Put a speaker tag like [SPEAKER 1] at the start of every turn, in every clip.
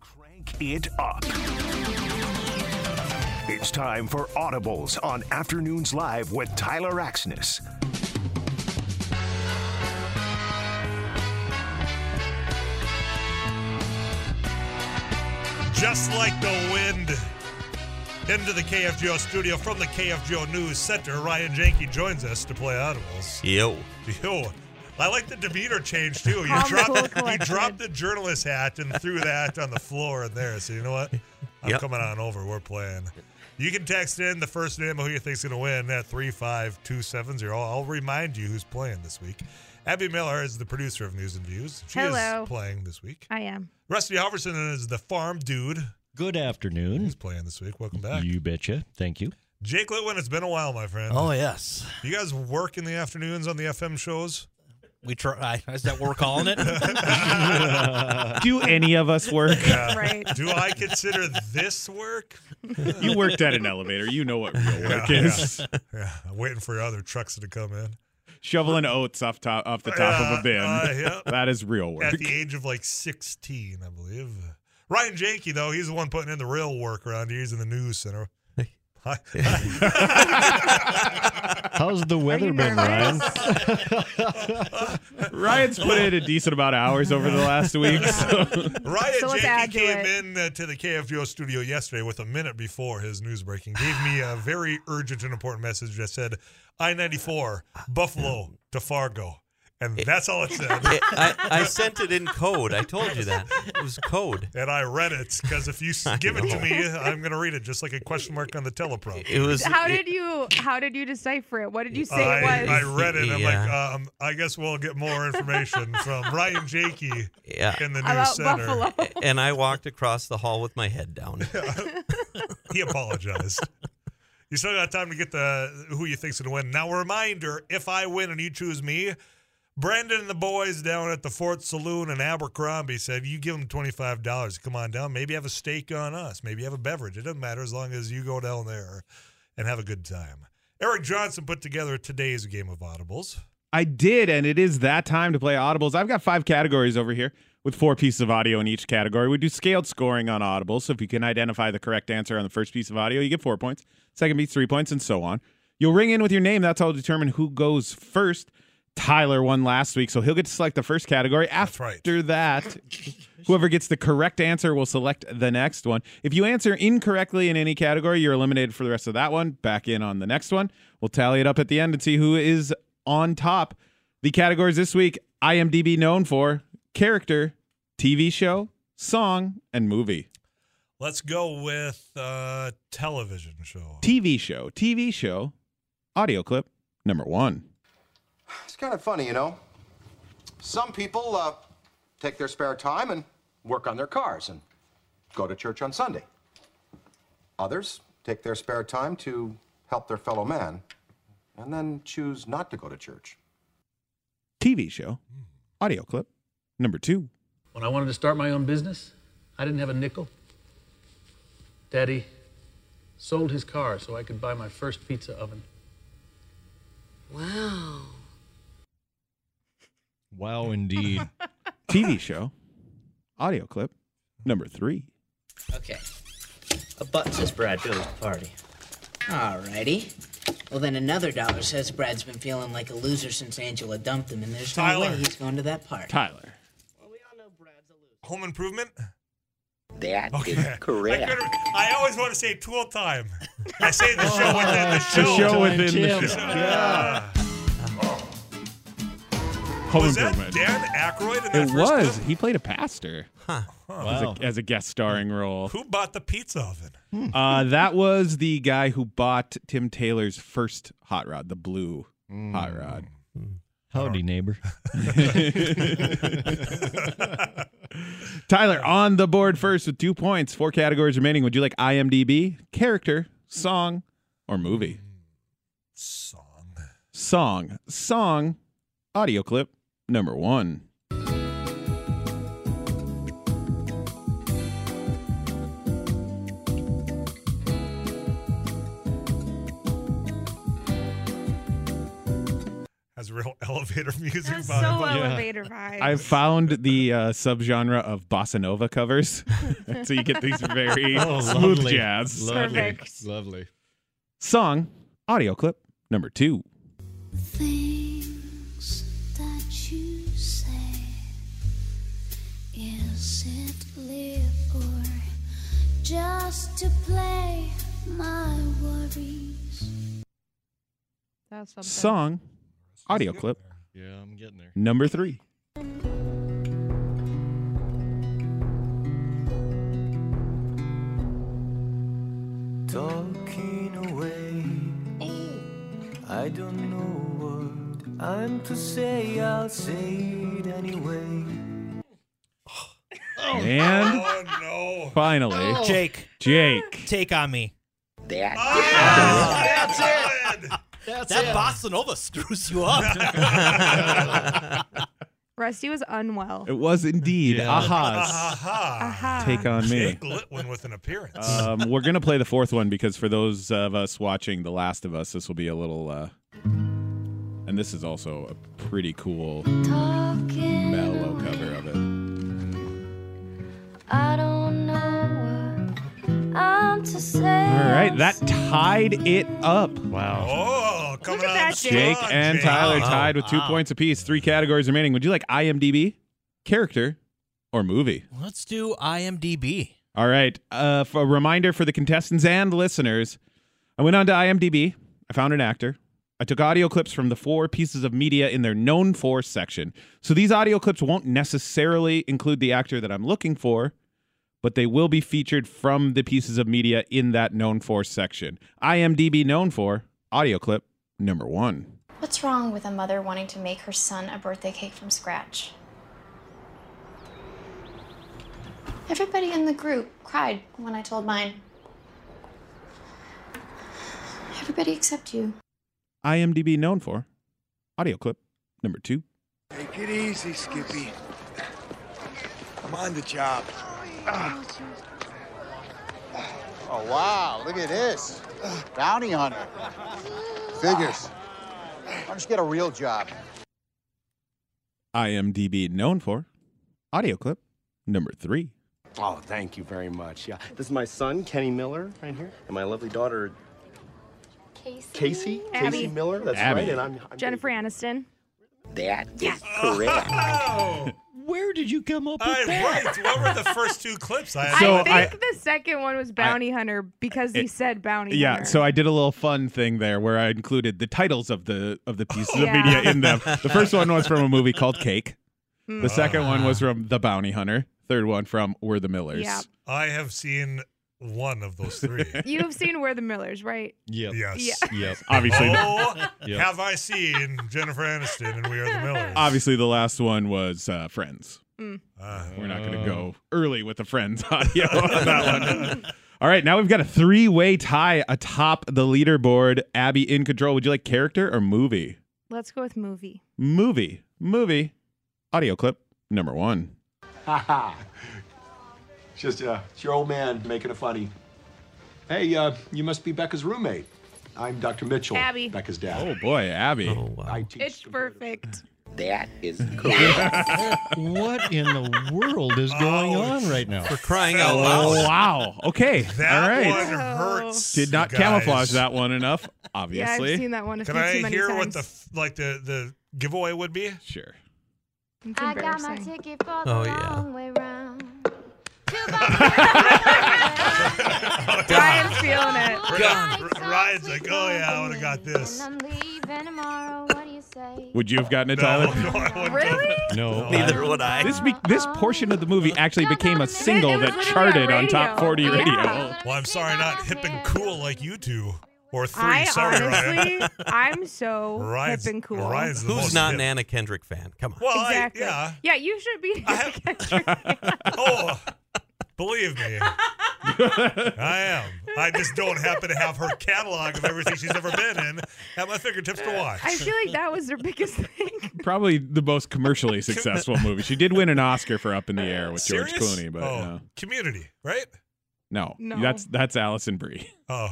[SPEAKER 1] Crank it up. It's time for Audibles on Afternoons Live with Tyler Axness.
[SPEAKER 2] just like the wind. Into the KFGO studio from the KFGO News Center, Ryan Janke joins us to play Audibles.
[SPEAKER 3] Yo.
[SPEAKER 2] Yo, I like the demeanor change too. You
[SPEAKER 4] Calm, cool,
[SPEAKER 2] dropped you
[SPEAKER 4] collected.
[SPEAKER 2] dropped the journalist hat and threw that on the floor in there. So you know what? I'm
[SPEAKER 3] Yep.
[SPEAKER 2] coming on over. We're playing. You can text in the first name of who you think's going to win at three five two seven zero. I'll remind you who's playing this week. Abby Miller is the producer of News and Views. She
[SPEAKER 4] Hello.
[SPEAKER 2] is playing this week.
[SPEAKER 4] I am.
[SPEAKER 2] Rusty Halverson is the farm dude.
[SPEAKER 5] Good afternoon.
[SPEAKER 2] He's playing this week. Welcome back.
[SPEAKER 5] You betcha. Thank you.
[SPEAKER 2] Jake Litwin, it's been a while, my friend.
[SPEAKER 3] Oh yes.
[SPEAKER 2] You guys work in the afternoons on the FM shows?
[SPEAKER 3] We try. Is that what we're calling it?
[SPEAKER 6] Do any of us work?
[SPEAKER 4] Right.
[SPEAKER 2] Do I consider this work?
[SPEAKER 6] You worked at an elevator. You know what real work
[SPEAKER 2] Yeah,
[SPEAKER 6] is.
[SPEAKER 2] Yeah, I'm waiting for other trucks to come in.
[SPEAKER 6] Shoveling oats off top off the top of
[SPEAKER 2] Uh,
[SPEAKER 6] a bin.
[SPEAKER 2] uh, yep.
[SPEAKER 6] That is real work.
[SPEAKER 2] At the age of like 16, I believe. Ryan Janke, though, he's the one putting in the real work around here. He's in the news center.
[SPEAKER 5] How's the weather
[SPEAKER 4] you
[SPEAKER 5] been, Ryan?
[SPEAKER 4] nervous?
[SPEAKER 6] Ryan's put in a decent amount of hours over the last week. So.
[SPEAKER 2] Ryan
[SPEAKER 4] So let's
[SPEAKER 2] Janke
[SPEAKER 4] add to
[SPEAKER 2] came
[SPEAKER 4] it.
[SPEAKER 2] in uh, to the KFGO studio yesterday with a minute before his news breaking. Gave me a very urgent and important message that said I 94, Buffalo to Fargo. And that's all it said.
[SPEAKER 3] I, I sent it in code. I told you that. It was code.
[SPEAKER 2] And I read it because if you s- give it to me, I'm going to read it just like a question mark on the teleprompter.
[SPEAKER 3] It was
[SPEAKER 4] How did you how did you decipher it? What did you say
[SPEAKER 2] I,
[SPEAKER 4] it
[SPEAKER 2] I
[SPEAKER 4] was?
[SPEAKER 2] read it. I'm
[SPEAKER 3] Yeah.
[SPEAKER 2] like, um, I guess we'll get more information from Ryan Jakey
[SPEAKER 3] Yeah.
[SPEAKER 2] in the news
[SPEAKER 4] about
[SPEAKER 2] center.
[SPEAKER 4] Buffalo.
[SPEAKER 3] And I walked across the hall with my head down.
[SPEAKER 2] He apologized. you still got time to get the who you think's going to win. Now, reminder: if I win and you choose me, Brandon and the boys down at the Fort Saloon in Abercrombie said, "You give them twenty five dollars. Come on down. Maybe have a steak on us. Maybe have a beverage. It doesn't matter as long as you go down there and have a good time." Eric Johnson put together today's game of audibles.
[SPEAKER 6] I did, and it is that time to play audibles. I've got five categories over here with four pieces of audio in each category. We do scaled scoring on audibles, so if you can identify the correct answer on the first piece of audio, you get four points. Second piece, three points, and so on. You'll ring in with your name. That's how to determine who goes first. Tyler won last week, so he'll get to select the first category. After
[SPEAKER 2] right.
[SPEAKER 6] that, whoever gets the correct answer will select the next one. If you answer incorrectly in any category, you're eliminated for the rest of that one. Back in on the next one. We'll tally it up at the end and see who is on top. The categories this week IMDb known for character, TV show, song, and movie.
[SPEAKER 2] Let's go with uh, television show.
[SPEAKER 6] TV show, TV show, audio clip number one.
[SPEAKER 7] It's kind of funny, you know. Some people uh, take their spare time and work on their cars and go to church on Sunday. Others take their spare time to help their fellow man and then choose not to go to church.
[SPEAKER 6] TV show, audio clip number two.
[SPEAKER 8] When I wanted to start my own business, I didn't have a nickel. Daddy sold his car so I could buy my first pizza oven.
[SPEAKER 9] Wow.
[SPEAKER 5] Wow, indeed.
[SPEAKER 6] TV show, audio clip number three.
[SPEAKER 10] Okay. A butt says Brad to his party. Alrighty. Well, then another dollar says Brad's been feeling like a loser since Angela dumped him, and there's
[SPEAKER 2] Tyler.
[SPEAKER 10] no way he's going to that party.
[SPEAKER 6] Tyler.
[SPEAKER 2] Home improvement.
[SPEAKER 9] That is
[SPEAKER 2] I,
[SPEAKER 9] correct.
[SPEAKER 2] couldn't- I always want to say tool time. I say the show within the
[SPEAKER 6] Oh. The
[SPEAKER 2] show.
[SPEAKER 6] show
[SPEAKER 5] Time
[SPEAKER 6] within the
[SPEAKER 5] Tim.
[SPEAKER 6] show.
[SPEAKER 2] Ah.
[SPEAKER 6] Home
[SPEAKER 2] was that
[SPEAKER 6] Improvement.
[SPEAKER 2] Dan Aykroyd in that
[SPEAKER 6] It
[SPEAKER 2] first
[SPEAKER 6] was.
[SPEAKER 2] clip?
[SPEAKER 6] He played a pastor as,
[SPEAKER 5] wow.
[SPEAKER 6] a, as a guest
[SPEAKER 5] Hmm.
[SPEAKER 6] starring role.
[SPEAKER 2] Who bought the pizza oven?
[SPEAKER 6] Uh, that was the guy who bought Tim Taylor's first hot rod, the blue
[SPEAKER 5] Hmm.
[SPEAKER 6] hot rod.
[SPEAKER 5] Howdy, neighbor.
[SPEAKER 6] Tyler on the board first with two points, four categories remaining. Would you like IMDb, character, song, or movie?
[SPEAKER 2] Song.
[SPEAKER 6] Song, song, audio clip number one.
[SPEAKER 2] Has has real elevator music.
[SPEAKER 4] That's so
[SPEAKER 2] behind it.
[SPEAKER 4] elevator vibes.
[SPEAKER 6] I found the uh, subgenre of bossa nova covers, so you get these very
[SPEAKER 5] Oh,
[SPEAKER 6] smooth
[SPEAKER 5] lovely.
[SPEAKER 6] jazz
[SPEAKER 5] Lovely.
[SPEAKER 4] Perfect.
[SPEAKER 5] Lovely.
[SPEAKER 6] song. Audio clip number two.
[SPEAKER 11] things that you say. Is it live or just to play my worries?
[SPEAKER 4] That's something.
[SPEAKER 6] Song. Audio clip
[SPEAKER 5] Yeah, I'm getting there.
[SPEAKER 6] number three.
[SPEAKER 12] Talking away. I don't know what I'm to say, I'll say it anyway.
[SPEAKER 6] And
[SPEAKER 2] Oh no!
[SPEAKER 6] finally,
[SPEAKER 2] Oh.
[SPEAKER 13] Jake,
[SPEAKER 6] Jake.
[SPEAKER 13] take on me.
[SPEAKER 9] That
[SPEAKER 2] Ah, That's it.
[SPEAKER 13] that bossa nova screws you up.
[SPEAKER 4] Rusty was unwell.
[SPEAKER 6] It was indeed
[SPEAKER 5] Yeah.
[SPEAKER 6] Aha's
[SPEAKER 2] Aha!
[SPEAKER 4] Aha.
[SPEAKER 6] take on me.
[SPEAKER 2] Jake Litwin with an appearance.
[SPEAKER 6] Um, we're gonna play the fourth one because for those of us watching The Last of Us, this will be a little. Uh, and this is also a pretty cool
[SPEAKER 11] Talking
[SPEAKER 6] mellow cover of it.
[SPEAKER 11] I don't know what I'm to say.
[SPEAKER 6] All right, that tied it up.
[SPEAKER 5] Wow.
[SPEAKER 2] oh, coming
[SPEAKER 4] Look at
[SPEAKER 2] out
[SPEAKER 4] that,
[SPEAKER 2] strong,
[SPEAKER 6] Jake and
[SPEAKER 2] Oh,
[SPEAKER 6] Tyler
[SPEAKER 13] Wow.
[SPEAKER 6] tied with two
[SPEAKER 13] Wow.
[SPEAKER 6] points apiece. Three categories remaining. Would you like IMDb, character, or movie?
[SPEAKER 13] Let's do IMDb.
[SPEAKER 6] All right. Uh, for a reminder for the contestants and listeners, I went on to IMDb. I found an actor. I took audio clips from the four pieces of media in their known for section. So these audio clips won't necessarily include the actor that I'm looking for, but they will be featured from the pieces of media in that known for section. IMDb known for audio clip number one.
[SPEAKER 11] What's wrong with a mother wanting to make her son a birthday cake from scratch? Everybody in the group cried when I told mine. Everybody except you.
[SPEAKER 6] IMDb known for audio clip number two.
[SPEAKER 12] Take it easy, Skippy. I'm on the job.
[SPEAKER 7] Oh, wow. Look at this. Bounty hunter. Figures. Why don't you get a real job?
[SPEAKER 6] IMDb known for audio clip number three.
[SPEAKER 14] Oh, thank you very much. Yeah, this is my son, Kenny Miller, right here, and my lovely daughter,
[SPEAKER 11] Casey.
[SPEAKER 14] Casey.
[SPEAKER 4] Abby.
[SPEAKER 14] Casey Miller. That's
[SPEAKER 6] Abby.
[SPEAKER 14] right. And I'm, I'm
[SPEAKER 4] Jennifer Aniston.
[SPEAKER 9] that is correct.
[SPEAKER 2] Oh,
[SPEAKER 5] Where did you come up
[SPEAKER 2] I right. What were the first two clips? I had
[SPEAKER 6] So
[SPEAKER 4] I think
[SPEAKER 6] I-
[SPEAKER 4] the second one was Bounty Hunter because he said Bounty
[SPEAKER 6] Yeah,
[SPEAKER 4] Hunter.
[SPEAKER 6] so I did a little fun thing there where I included the titles of the of the pieces
[SPEAKER 4] Yeah.
[SPEAKER 6] of media in them. The first one was from a movie called Cake. The second one was from The Bounty Hunter. Third one from We're the Millers.
[SPEAKER 4] Yeah.
[SPEAKER 2] I have seen one of those three.
[SPEAKER 4] You've seen Where the Millers, right?
[SPEAKER 5] Yep.
[SPEAKER 2] Yes.
[SPEAKER 4] Yeah.
[SPEAKER 5] Yep.
[SPEAKER 6] Obviously,
[SPEAKER 2] Oh,
[SPEAKER 5] Yeah.
[SPEAKER 2] have I seen Jennifer Aniston and We Are the Millers?
[SPEAKER 6] obviously the last one was uh, Friends.
[SPEAKER 2] Uh,
[SPEAKER 6] We're not going to go early with the Friends audio on that one. All right, now we've got a three-way tie atop the leaderboard. Abby in control. Would you like character or movie?
[SPEAKER 4] Let's go with movie.
[SPEAKER 6] Movie. Movie. Audio clip number 1.
[SPEAKER 14] Haha. Just uh, it's your old man making it funny. Hey, uh, you must be Becca's roommate. I'm Dr. Mitchell.
[SPEAKER 4] Abby.
[SPEAKER 14] Becca's dad.
[SPEAKER 6] Oh boy, Abby.
[SPEAKER 14] I teach
[SPEAKER 4] It's
[SPEAKER 14] comparative-
[SPEAKER 4] perfect.
[SPEAKER 9] That is correct.
[SPEAKER 5] What in the world is going
[SPEAKER 2] Ouch.
[SPEAKER 5] on right now?
[SPEAKER 3] For crying out
[SPEAKER 6] Oh
[SPEAKER 3] loud.
[SPEAKER 6] wow. Okay.
[SPEAKER 2] That
[SPEAKER 6] All right.
[SPEAKER 2] one hurts.
[SPEAKER 6] Did not
[SPEAKER 2] guys.
[SPEAKER 6] camouflage that one enough,
[SPEAKER 4] Yeah,
[SPEAKER 6] obviously.
[SPEAKER 4] I've seen that one a
[SPEAKER 2] Can
[SPEAKER 4] few
[SPEAKER 2] I
[SPEAKER 4] too many
[SPEAKER 2] hear
[SPEAKER 4] times.
[SPEAKER 2] what the f- like the the giveaway would be?
[SPEAKER 6] Sure.
[SPEAKER 4] It's
[SPEAKER 11] I got my
[SPEAKER 4] embarrassing.
[SPEAKER 11] ticket for the
[SPEAKER 3] Oh, yeah.
[SPEAKER 11] long way round. Two bucks.
[SPEAKER 4] Brian's feeling it.
[SPEAKER 2] Ryan- R- Ryan's like, oh yeah, I would have got this.
[SPEAKER 11] And I'm leaving tomorrow. What do you say?
[SPEAKER 6] Would you have gotten it,
[SPEAKER 2] No,
[SPEAKER 6] Tyler?
[SPEAKER 2] no, I wouldn't.
[SPEAKER 4] Really?
[SPEAKER 5] No.
[SPEAKER 3] Neither would I.
[SPEAKER 6] This be- this portion of the movie actually became a single
[SPEAKER 4] It was
[SPEAKER 6] that
[SPEAKER 4] literally
[SPEAKER 6] charted
[SPEAKER 4] on
[SPEAKER 6] on top 40
[SPEAKER 4] radio.
[SPEAKER 6] radio.
[SPEAKER 4] Yeah.
[SPEAKER 2] Well, I'm sorry, not hip and cool like you two or three.
[SPEAKER 4] I
[SPEAKER 2] sorry, Ryan.
[SPEAKER 4] honestly, I'm so
[SPEAKER 2] Ryan's,
[SPEAKER 4] hip and cool.
[SPEAKER 2] Ryan's the
[SPEAKER 3] Who's
[SPEAKER 2] most
[SPEAKER 3] not an
[SPEAKER 2] hip.
[SPEAKER 3] Anna Kendrick fan? Come on.
[SPEAKER 2] Well,
[SPEAKER 4] exactly.
[SPEAKER 2] I,
[SPEAKER 4] you should be.
[SPEAKER 2] I yeah. Oh, believe me, I am. I just don't happen to have her catalog of everything she's ever been in at my fingertips to watch.
[SPEAKER 4] I feel like that was their biggest thing.
[SPEAKER 6] Probably the most commercially successful movie. She did win an Oscar for Up in the Air with
[SPEAKER 2] Serious?
[SPEAKER 6] George Clooney, but
[SPEAKER 2] oh,
[SPEAKER 6] uh,
[SPEAKER 2] Community, right?
[SPEAKER 6] no.
[SPEAKER 4] No.
[SPEAKER 6] That's that's Allison Brie.
[SPEAKER 2] Oh,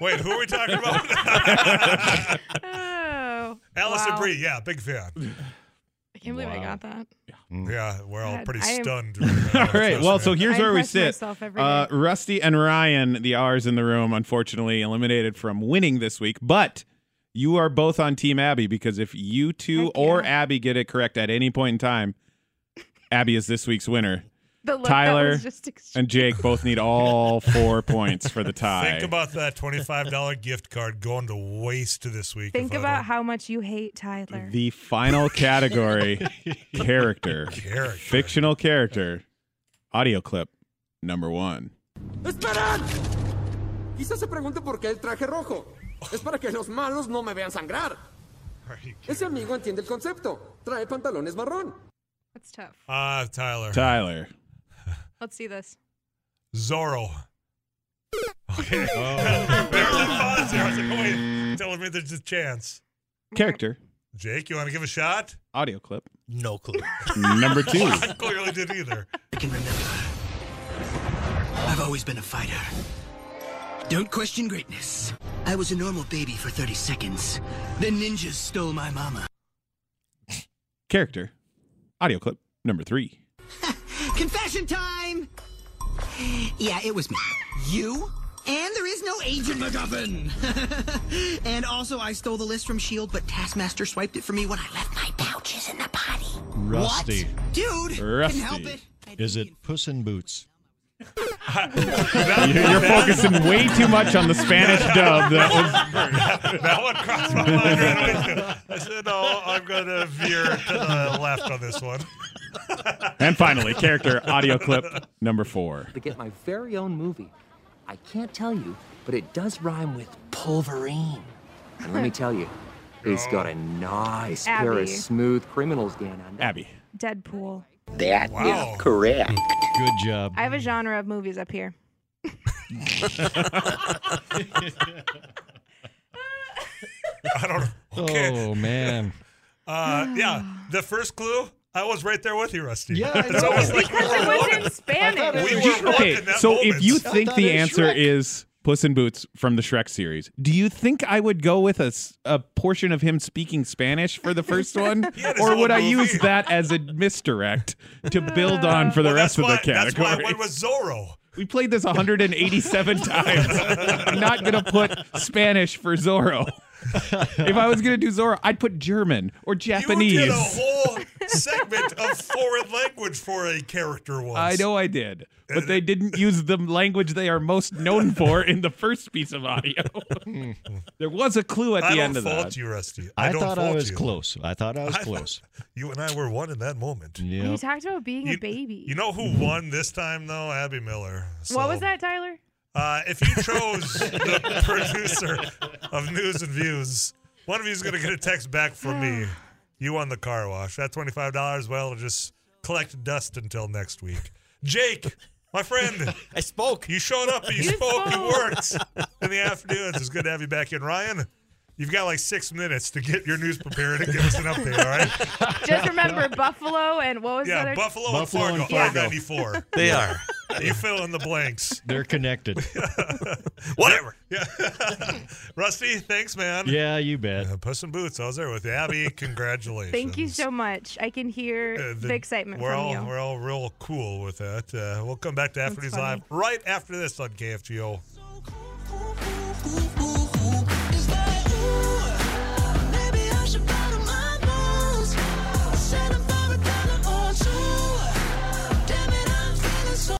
[SPEAKER 2] wait, who are we talking about?
[SPEAKER 4] Oh,
[SPEAKER 2] Allison
[SPEAKER 4] Wow.
[SPEAKER 2] Brie, yeah, big fan.
[SPEAKER 4] I can't believe I got that.
[SPEAKER 2] Yeah, we're all
[SPEAKER 4] God,
[SPEAKER 2] pretty
[SPEAKER 4] I am-
[SPEAKER 2] stunned.
[SPEAKER 6] Mm. All right. Well, so
[SPEAKER 4] I
[SPEAKER 6] here's where we
[SPEAKER 4] impress
[SPEAKER 6] sit.
[SPEAKER 4] myself every
[SPEAKER 6] Uh,
[SPEAKER 4] day.
[SPEAKER 6] Rusty and Ryan, the R's in the room, unfortunately eliminated from winning this week, but you are both on Team Abby because if you two or Abby get it correct at any point in time, Abby is this week's winner.
[SPEAKER 4] The look that
[SPEAKER 6] Tyler
[SPEAKER 4] was just ex-
[SPEAKER 6] and Jake both need all four points for the tie.
[SPEAKER 2] Think about that twenty-five dollar gift card going to waste this week.
[SPEAKER 4] Think
[SPEAKER 2] if I
[SPEAKER 4] about how much you hate Tyler.
[SPEAKER 6] the final category character.
[SPEAKER 2] Character.
[SPEAKER 6] Fictional character. Audio clip number one.
[SPEAKER 15] ¡Esperad! Quizás se pregunte por qué el traje rojo. Es para que los malos no me vean sangrar. Ese amigo entiende el concepto. Trae pantalones marrón.
[SPEAKER 4] That's tough.
[SPEAKER 2] don't- Ah, Tyler.
[SPEAKER 6] Tyler.
[SPEAKER 4] Let's see this.
[SPEAKER 2] Zorro. Okay.
[SPEAKER 4] Oh.
[SPEAKER 2] There was a pause there. I was like, oh, wait, tell me there's a chance.
[SPEAKER 6] Character.
[SPEAKER 2] Jake, you want to give a shot?
[SPEAKER 6] Audio clip.
[SPEAKER 13] No clue.
[SPEAKER 6] Number two.
[SPEAKER 2] I clearly did either.
[SPEAKER 16] I can remember. I've always been a fighter. Don't question greatness. I was a normal baby for 30 seconds. Then ninjas stole my mama.
[SPEAKER 6] Character. Audio clip number three.
[SPEAKER 16] Confession time! Yeah, it was me. You? And there is no Agent MacGuffin! and also, I stole the list from S.H.I.E.L.D., but Taskmaster swiped it for me when I left my pouches in the body.
[SPEAKER 5] Rusty.
[SPEAKER 16] What? Dude!
[SPEAKER 5] Rusty.
[SPEAKER 16] Couldn't help it.
[SPEAKER 5] Is it Puss in Boots?
[SPEAKER 6] You're, you're focusing way too much on the Spanish dub. That was
[SPEAKER 2] that one crossed my mind right away. I said, no, I'm going to veer to the left on this one.
[SPEAKER 6] and finally, character audio clip number four.
[SPEAKER 17] to get my very own movie. I can't tell you, but it does rhyme with Pulverine. And let me tell you, he's got a nice pair
[SPEAKER 4] Abby.
[SPEAKER 17] of smooth criminals going on.
[SPEAKER 6] Abby.
[SPEAKER 4] Deadpool.
[SPEAKER 9] That is
[SPEAKER 17] Wow.
[SPEAKER 9] correct.
[SPEAKER 5] Good job.
[SPEAKER 4] I have a
[SPEAKER 6] Mm.
[SPEAKER 4] genre of movies up here.
[SPEAKER 2] I don't know. Okay.
[SPEAKER 5] Oh man.
[SPEAKER 2] Uh, yeah, the first clue, I was right there with you, Rusty.
[SPEAKER 5] Yeah, I
[SPEAKER 2] it's
[SPEAKER 5] know.
[SPEAKER 2] almost like
[SPEAKER 4] Because it was in Spanish.
[SPEAKER 2] we were
[SPEAKER 6] Okay,
[SPEAKER 2] in that
[SPEAKER 6] so
[SPEAKER 2] moment.
[SPEAKER 6] if you
[SPEAKER 2] I
[SPEAKER 6] think
[SPEAKER 2] thought
[SPEAKER 6] the
[SPEAKER 2] it was
[SPEAKER 6] answer
[SPEAKER 2] Shrek.
[SPEAKER 6] is Puss in Boots from the Shrek series, do you think I would go with a, s- a portion of him speaking Spanish for the first one?
[SPEAKER 2] had his
[SPEAKER 6] or
[SPEAKER 2] own
[SPEAKER 6] would I
[SPEAKER 2] movie.
[SPEAKER 6] use that as a misdirect to build on for the rest of the
[SPEAKER 2] That's
[SPEAKER 6] category?
[SPEAKER 2] why I went with Zorro.
[SPEAKER 6] We played this 187 times. I'm not going to put Spanish for Zorro. If I was going to do Zorro, I'd put German or Japanese.
[SPEAKER 2] You did a whole segment of foreign language for a character once.
[SPEAKER 6] I know I did, but they didn't use the language they are most known for in the first piece of audio. there was a clue at
[SPEAKER 2] I
[SPEAKER 6] the
[SPEAKER 2] don't
[SPEAKER 6] end of
[SPEAKER 2] fault
[SPEAKER 6] that.
[SPEAKER 2] you, Rusty. I,
[SPEAKER 5] I,
[SPEAKER 2] don't
[SPEAKER 5] thought
[SPEAKER 2] fault
[SPEAKER 5] I was
[SPEAKER 2] you.
[SPEAKER 5] close. I thought I was
[SPEAKER 2] I-
[SPEAKER 5] close.
[SPEAKER 2] You and I were one in that moment.
[SPEAKER 5] Yeah.
[SPEAKER 4] He talked about being a baby.
[SPEAKER 2] You know who won this time, though? Abby Miller.
[SPEAKER 4] what
[SPEAKER 2] So,
[SPEAKER 4] was that, Tyler?
[SPEAKER 2] Uh, if you chose the producer of News and Views, one of you is going to get a text back from me. You won the car wash. That $25, well, it'll just collect dust until next week. Jake, my friend. I spoke. You showed up and you,
[SPEAKER 13] You
[SPEAKER 2] spoke. You
[SPEAKER 13] spoke.
[SPEAKER 2] worked in the afternoons. It's good to have you back in. Ryan, you've got like six minutes to get your news prepared and give us an update, all right?
[SPEAKER 4] Just remember Buffalo and what was the
[SPEAKER 2] Yeah,
[SPEAKER 4] other?
[SPEAKER 2] Buffalo,
[SPEAKER 5] Buffalo
[SPEAKER 2] and
[SPEAKER 5] and
[SPEAKER 2] Fargo,
[SPEAKER 5] Fargo.
[SPEAKER 2] 94.
[SPEAKER 5] They
[SPEAKER 2] Yeah. You fill in the blanks.
[SPEAKER 5] They're connected.
[SPEAKER 2] Whatever. Yeah. Rusty, thanks, man.
[SPEAKER 5] yeah, you bet.
[SPEAKER 2] Uh, Puss in Boots, I was there with you. Abby. Congratulations.
[SPEAKER 4] Thank you so much. I can hear
[SPEAKER 2] Uh,
[SPEAKER 4] the, excitement
[SPEAKER 2] we're
[SPEAKER 4] from
[SPEAKER 2] all,
[SPEAKER 4] you.
[SPEAKER 2] We're all real cool with that. Uh, we'll come back to After
[SPEAKER 4] That's
[SPEAKER 2] News Live
[SPEAKER 4] funny.
[SPEAKER 2] right after this on KFGO.